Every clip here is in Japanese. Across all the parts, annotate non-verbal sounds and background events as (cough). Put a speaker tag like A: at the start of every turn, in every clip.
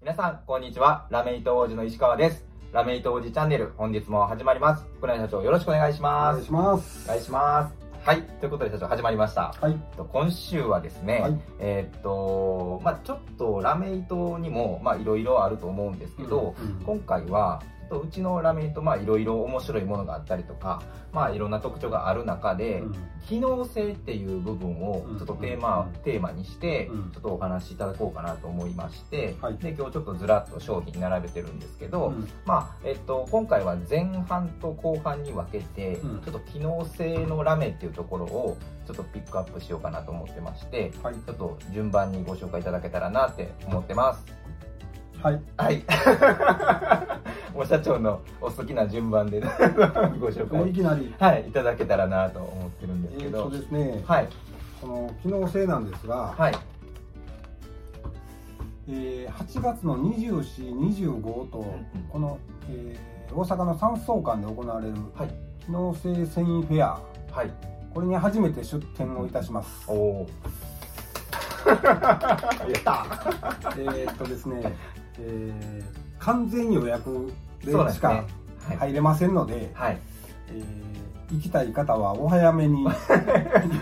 A: 皆さん、こんにちは。ラメイト王子の石川です。ラメイト王子チャンネル、本日も始まります。福内社長、よろしくお願いし
B: お
A: ま
B: 願い
A: す。
B: します
A: お願いします。はい。ということで、社長、始まりました。
B: はい
A: えっと今週はですね、
B: はい
A: えーっと、まあちょっとラメイトにも、まあいろいろあると思うんですけど、
B: うん
A: 今回はちょっとうちのラメイトまあいろいろ面白いものがあったりとかまあいろんな特徴がある中で、
B: うん
A: 機能性っていう部分をちょっとテーマ、
B: うん
A: テーマにして
B: うん
A: ちょっとお話しいただこうかなと思いまして、
B: はい
A: で今日ちょっとずらっと商品並べてるんですけど、
B: うん
A: まあえっと、今回は前半と後半に分けて、
B: うん
A: ちょっと機能性のラメっていうところをちょっとピックアップしようかなと思ってまして
B: はい
A: ちょっと順番にご紹介いただけたらなって思ってます。
B: はい (laughs)
A: はい。もう社長のお好きな順番で (laughs) ご紹
B: もう
A: 介、
B: いきなり
A: はい、いただけたらなと思ってるん
B: え
A: ですけ
B: ー
A: ど
B: と。ですね
A: はい。
B: この機能性なんですが、
A: はい。
B: えー8月の2425と
A: うんうん
B: この、えー大阪の三層館で行われる
A: はい。
B: 機能性繊維フェア
A: はい。
B: これに初めて出展をいたします
A: おお。やった。
B: えーっとですね、えー完全予約で
A: そうです
B: し
A: ね
B: か。
A: はい。
B: 入れませんので、
A: はい。
B: えー行きたい方はお早めに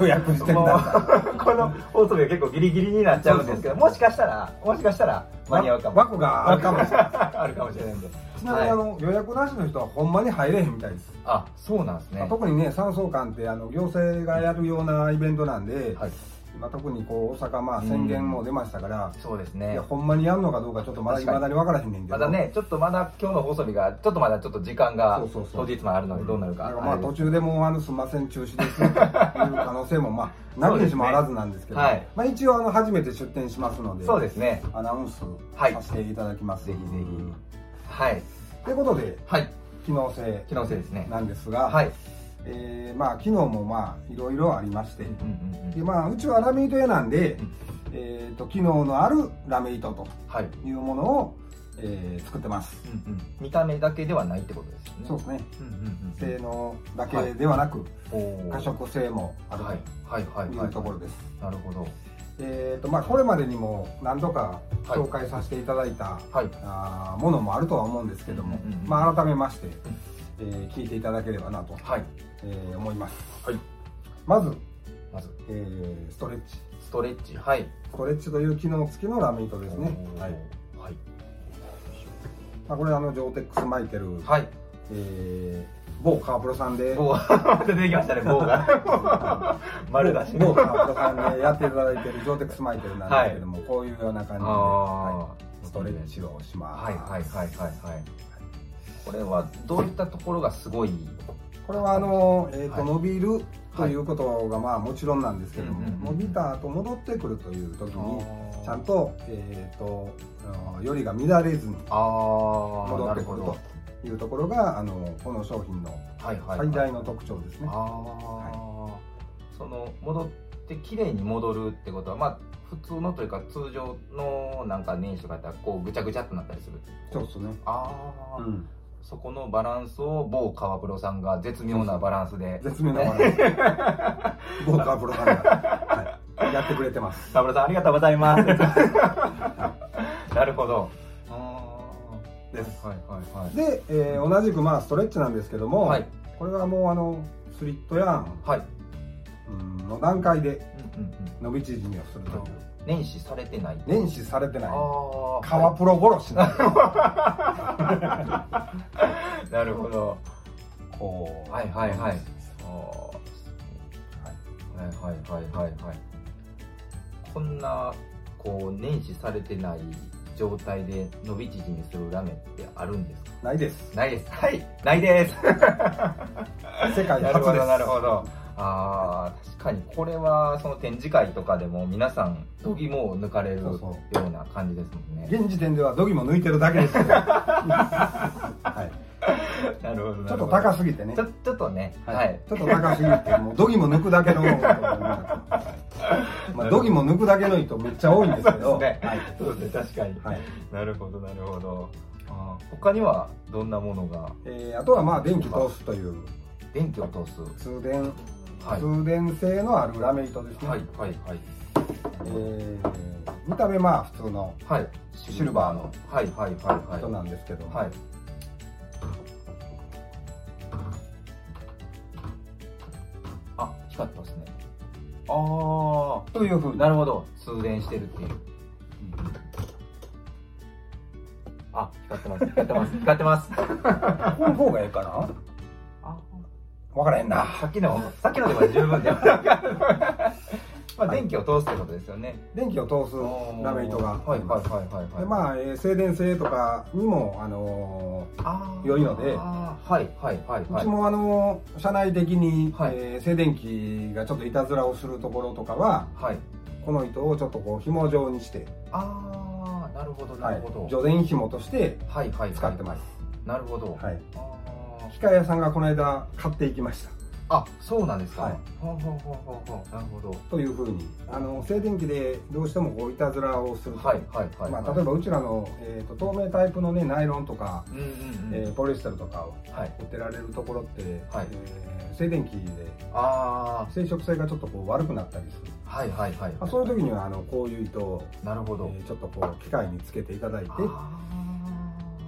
B: 予約してくださ
A: (laughs)
B: い
A: この放送日は結構ギリギリになっちゃうんですけど、もしかしたら、もしかしたら間に合うかも。
B: 枠があるかもしれない
A: (laughs) あるかもしれないんで。
B: ちなみにあの、予約なしの人はほんまに入れへんみたいです、
A: あ、そうなんですね。
B: 特にね三層館ってあの行政がやるようなイベントなんで、
A: はい。
B: まあ、特にこう大阪まあ
A: うん
B: 宣言も出ましたから、
A: そうです
B: い
A: ね
B: や。ほんまにやるのかどうかちょっとまだい
A: 確かに
B: まだに分からへんねんけど
A: まだね、ちょっとまだ今日の放送日が、ちょっとまだちょっと時間が
B: そうそうそ
A: 当
B: う
A: 日まであるのでどうなるか。
B: だからまあ
A: れです
B: 途中でもうあのすんません中止ですという可能性もまあなきにしもあらずなんですけど
A: そうですね
B: まあ、一応あの初めて出店しますので
A: そうですね。
B: アナウンス
A: はい
B: させていただきます、
A: ぜひぜひ
B: うん
A: はい。
B: ということで
A: はい。
B: 機能性
A: 機能性ですね。
B: なんですが、
A: はい。
B: えーまあ機能もまあいろいろありまして、
A: うんうんう
B: で
A: ん。
B: まあ、うちはラメ糸屋なんで
A: うん、
B: えー、と機能のあるラメ糸と
A: はい。
B: いうものを、えー作ってます、
A: うんうん。見た目だけではないってことですよね。
B: そうですね
A: うんうんうん。
B: 性能だけではなく、
A: おー
B: 可食性もある
A: はい。はいはい
B: とい
A: は
B: う
A: い。
B: ところです、
A: なるほど。
B: えーとまあ、これまでにも何度か
A: はい
B: 紹介させていただいた、
A: はい。
B: あーものもあるとは思うんですけども、
A: うんうんうん
B: まあ、改めまして、えー聞いていただければなと、
A: はい。
B: えー思います、
A: はい
B: まず、
A: まず、
B: えーストレッチ
A: ストレッチ。はい。
B: ストレッチという機能付きのラメ糸ですね、
A: おー
B: は
A: はいい。
B: まあ、これあのジョーテックスマイケル、
A: はい。
B: えー某カープロさんで
A: 棒が (laughs) 出てきま
B: (laughs)
A: したね、棒が。丸出し
B: 某
A: の。
B: カープロさんでやっていただいてるジョーテックスマイケルなんですけども、こういうような感じで、は
A: あ
B: い
A: ー
B: ストレッチをしま
A: は
B: す、
A: いはいはいはいはい。これはどういったところがすごい。
B: これはあの、えーと
A: はい
B: 伸びるということがまあもちろんなんですけども、
A: うんうんうん
B: 伸びた後戻ってくるという時にちゃんと,、えー、とあのよりが乱れずに
A: ああ
B: 戻ってくる
A: な
B: というところがあのこの商品の
A: はいはい、はい、
B: 最大の特徴ですね、
A: ああ、その戻って綺麗に戻るってことはまあ普通のというか通常のなんか年始とかやったらこうぐちゃぐちゃっとなったりする
B: そうですね、
A: ああ、
B: うん、
A: そこのバランスを某川プロさんが絶妙なバランス (laughs) で
B: 絶妙なバランス豪華プログラムが、はい、やってくれてます
A: 川プロさんありがとうござい (laughs) ますなるほどあー
B: です
A: はいはいはい
B: で、えー同じくまあストレッチなんですけども、
A: はい
B: これはもうあのスリットヤーン
A: はい、
B: うんの段階で
A: うんうんうん、
B: 伸び縮みをするという
A: 年始されてない
B: 捻出されてない
A: ああ
B: 革プロ殺しの
A: なるほど
B: こう
A: はいはいはい
B: はい
A: はいはいはいはいはいこんなこう年始されてない状態で伸び縮みするラメってあるんですか
B: な
A: (laughs)
B: いです
A: ないですはいないです
B: 世界
A: なる
B: 初
A: ほ
B: で
A: ど (laughs)
B: す
A: なるほどあー確かにこれはその展示会とかでも皆さん度肝を抜かれる
B: そ
A: よ
B: うそう
A: うな感じですもんね
B: 現時点ではドギも抜いてるだ
A: (laughs)
B: けですけど、はい、
A: なるほどなるほど
B: ちょっと高すぎてね
A: ちょちょっとねはい
B: ちょっと高すぎて、もうドギも抜くだけの、まあ、ドギも抜くだけの人めっちゃ多いんですけ
A: そ
B: ど、
A: うですね
B: はい
A: そうですね確かに
B: はい
A: なるほどなるほどあー他にはどんなものが
B: えーあとはまあ電気通すという
A: 電気を通す
B: 通電、
A: はい
B: 通電性のあるラメ糸ですね、
A: はいはいはい
B: えー見た目まあ普通の
A: はい
B: シルバーの
A: はいはいはい
B: 人
A: は
B: なんですけど、
A: いはいあ光ってますねああ
B: というふうに
A: なるほど通電してるっていうあ光ってます光ってます光ってます
B: この方がええかな
A: あ
B: 分からへんな
A: さっきのさっきのでも十分で (laughs) まあ電気を通すってことですよね
B: 電気を通すラメ糸が
A: はいはいはいはいはい
B: でまあ、えー静電性とかにも、あの
A: あー
B: 良いので
A: あーはいはいはい
B: ー
A: は
B: う
A: い
B: ちも、あのー社内的に、
A: はい
B: えー静電気がちょっといたずらをするところとかは
A: はい
B: この糸をちょっとこう紐状にして、
A: ああなるほどな
B: は
A: る
B: い
A: ほど、、
B: 除電紐として
A: はいはい
B: 使ってます、
A: すなるほど、
B: はい、
A: あー
B: 機械屋さんがこの間買っていきました
A: あそうなんですか、
B: はい
A: ほうほうほうほうほうなるほど
B: というふうに、あのー静電気でどうしてもこういたずらをすると、
A: はいはいはい、
B: まあ、例えばうちらの、えーと透明タイプの、ね、ナイロンとか、
A: うんうんうん、
B: えーポリエステルとかを
A: はい
B: 売ってられるところって、
A: はい
B: えー静電気で
A: あ
B: 生殖性がちょっとこう悪くなったりする
A: あはいはいはい、
B: まあ、そういう時にはあのこういう糸を、
A: なるほ
B: え
A: ど、
B: ーちょっとこう機械につけていただいて
A: あ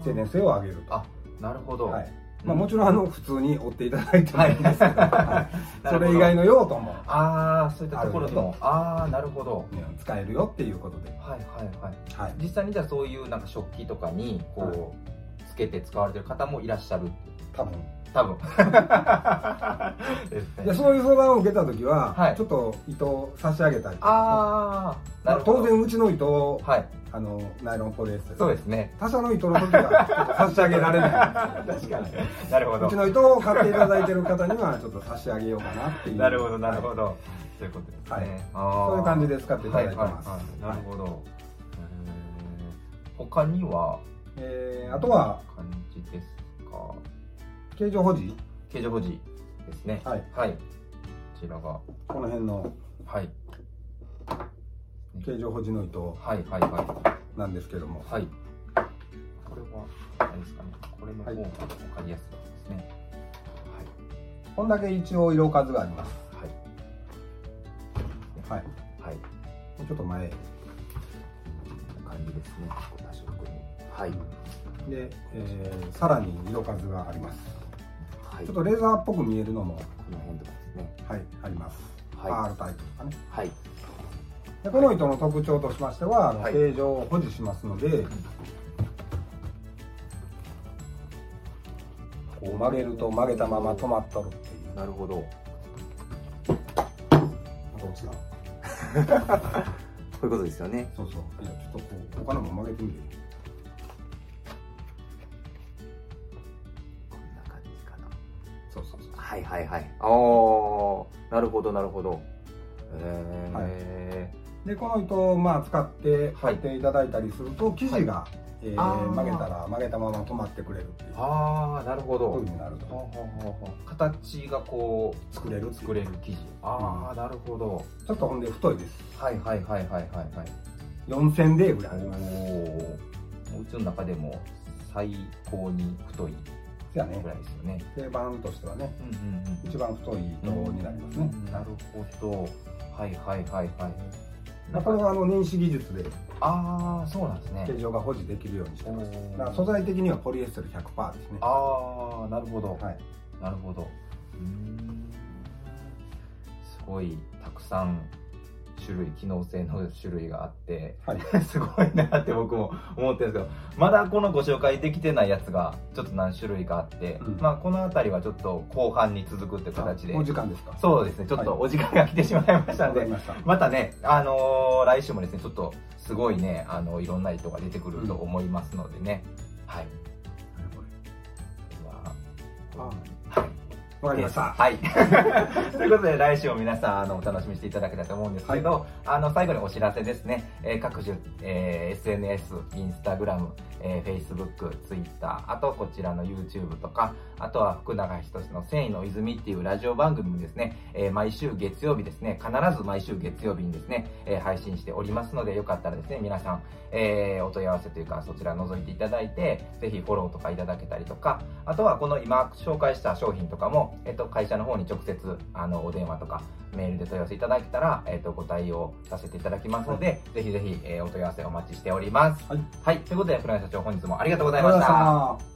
A: ー
B: 静電性を上げる
A: あなるほ
B: と、
A: ど、
B: はい
A: うん
B: まあ、もちろんあの普通に折っていただいても
A: はい
B: いですけど、
A: なるほ
B: そ
A: ど
B: れ以外の用途も、
A: ああそういったところにもああーなるほど
B: ね使えるよっていうことで、
A: はいはいはい
B: はい、
A: 実際にじゃあそういうなんか食器とかにこう、つけて使われてる方もいらっしゃる
B: 多分
A: 多
B: (laughs)
A: 分 (laughs) です
B: で
A: ね
B: そういう相談を受けた時は、
A: はい
B: ちょっと糸を差し上げたりとか、
A: ああ
B: ま
A: な
B: あ
A: るほど
B: 当然うちの糸を
A: はい
B: あのナイロンポリエステ
A: そう
B: ル
A: ですね
B: 他社の糸の時はちょっと差し上げられない
A: 確かになるほ
B: うち
A: ど
B: の糸を買っていただいてる方にはちょっと差し上げようかなっていう
A: なるほどなる
B: ど
A: ほど、そういうことですね、
B: はい
A: あー
B: そういう感じで使っていただいてます、
A: はいはいはい、なるほど、へー他には
B: えーあとは
A: 感じですか
B: 形状保持
A: 形状保持ですね
B: はい
A: はいこちらが
B: この辺の
A: はい
B: 形状保持の糸
A: はいはいはい
B: なんですけども
A: はいこれはあれですかねこれの方が分かりやすいですね
B: こんだけ一応色数があります
A: はい
B: はい
A: はい、はい、
B: もうちょっと前
A: こんな感じですね多色にはい
B: で、えーさらに色数があります
A: はい
B: ちょっとレーザーっぽく見えるのも
A: この辺とかですね
B: はいあります、
A: はい
B: R タイプとかね
A: はい
B: でこの糸の特徴としましては、あの
A: はい
B: 形状を保持しますのでこう曲げると曲げたまま止まっとるっていう
A: なるほどこ
B: どうですか
A: ういうことですよね
B: そうそう。いや、ちょっとこう、他のも曲げてみる。
A: こんな感じかな
B: そうそうそう。
A: はいはいはいああなるほどなるほどえ
B: で、この糸を、まあ、使って、
A: は
B: 貼
A: い
B: っていただいたりすると、生地が、えー
A: あー
B: 曲げたら、曲げたまま止まってくれるっていう。
A: ー、ああなるほど、
B: こういうふうになると。
A: ほうほうほうほう形がこう
B: 作れる
A: 作れる生地ああ、なるほど
B: ちょっとほんで、太いです。
A: はいはいはいはいはいはい
B: 4千でぐらいあります。
A: おおうちの中でも最高に太い
B: じゃあね
A: ぐ、らいですよね
B: 定番としてはね、
A: うんうん
B: 一番太い糸になりますね。
A: なるほどはいはいはいはい
B: まあこれはあの認識技術で
A: ああそうなんですね
B: 形状が保持できるようにしてます。
A: おー
B: だから素材的にはポリエステル100%ですね。
A: ああなるほど、
B: はい。
A: なるほどうーんすごいたくさん種類機能性の種類があって
B: はい。
A: (laughs) すごいなって僕も思ってるんですけどまだこのご紹介できてないやつがちょっと何種類かあって、
B: うん
A: まあこの辺りはちょっと後半に続くって形で
B: お時間ですか。
A: そうですねちょっとお時間が来てしまいました
B: わ
A: の
B: か
A: で、
B: りました。
A: またねあのー来週もですねちょっとすごいねあのいろんな糸が出てくると思いますのでね、はいでははい
B: わかりました。
A: はい。ということ (laughs) で、来週も皆さん、あの、お楽しみにしていただけたらと思うんですけど、あの、最後にお知らせですね。えー各種、えー SNS、インスタグラム、えー Facebook、Twitter、あと、こちらの YouTube とか、あとは、福永仁の繊維の泉っていうラジオ番組もですね、えー毎週月曜日ですね、必ず毎週月曜日にですね、えー配信しておりますので、よかったらですね、皆さん、えーお問い合わせというか、そちら覗いていただいて、ぜひフォローとかいただけたりとか、あとはこの今紹介した商品とかも、えっと、会社の方に直接あのお電話とかメールで問い合わせいただけたら、えっと、ご対応させていただきますので、ぜひぜひ、えーお問い合わせお待ちしております。
B: はい、
A: ということで、黒柳社長、本日もありがとうござ
B: あ
A: いました。
B: た。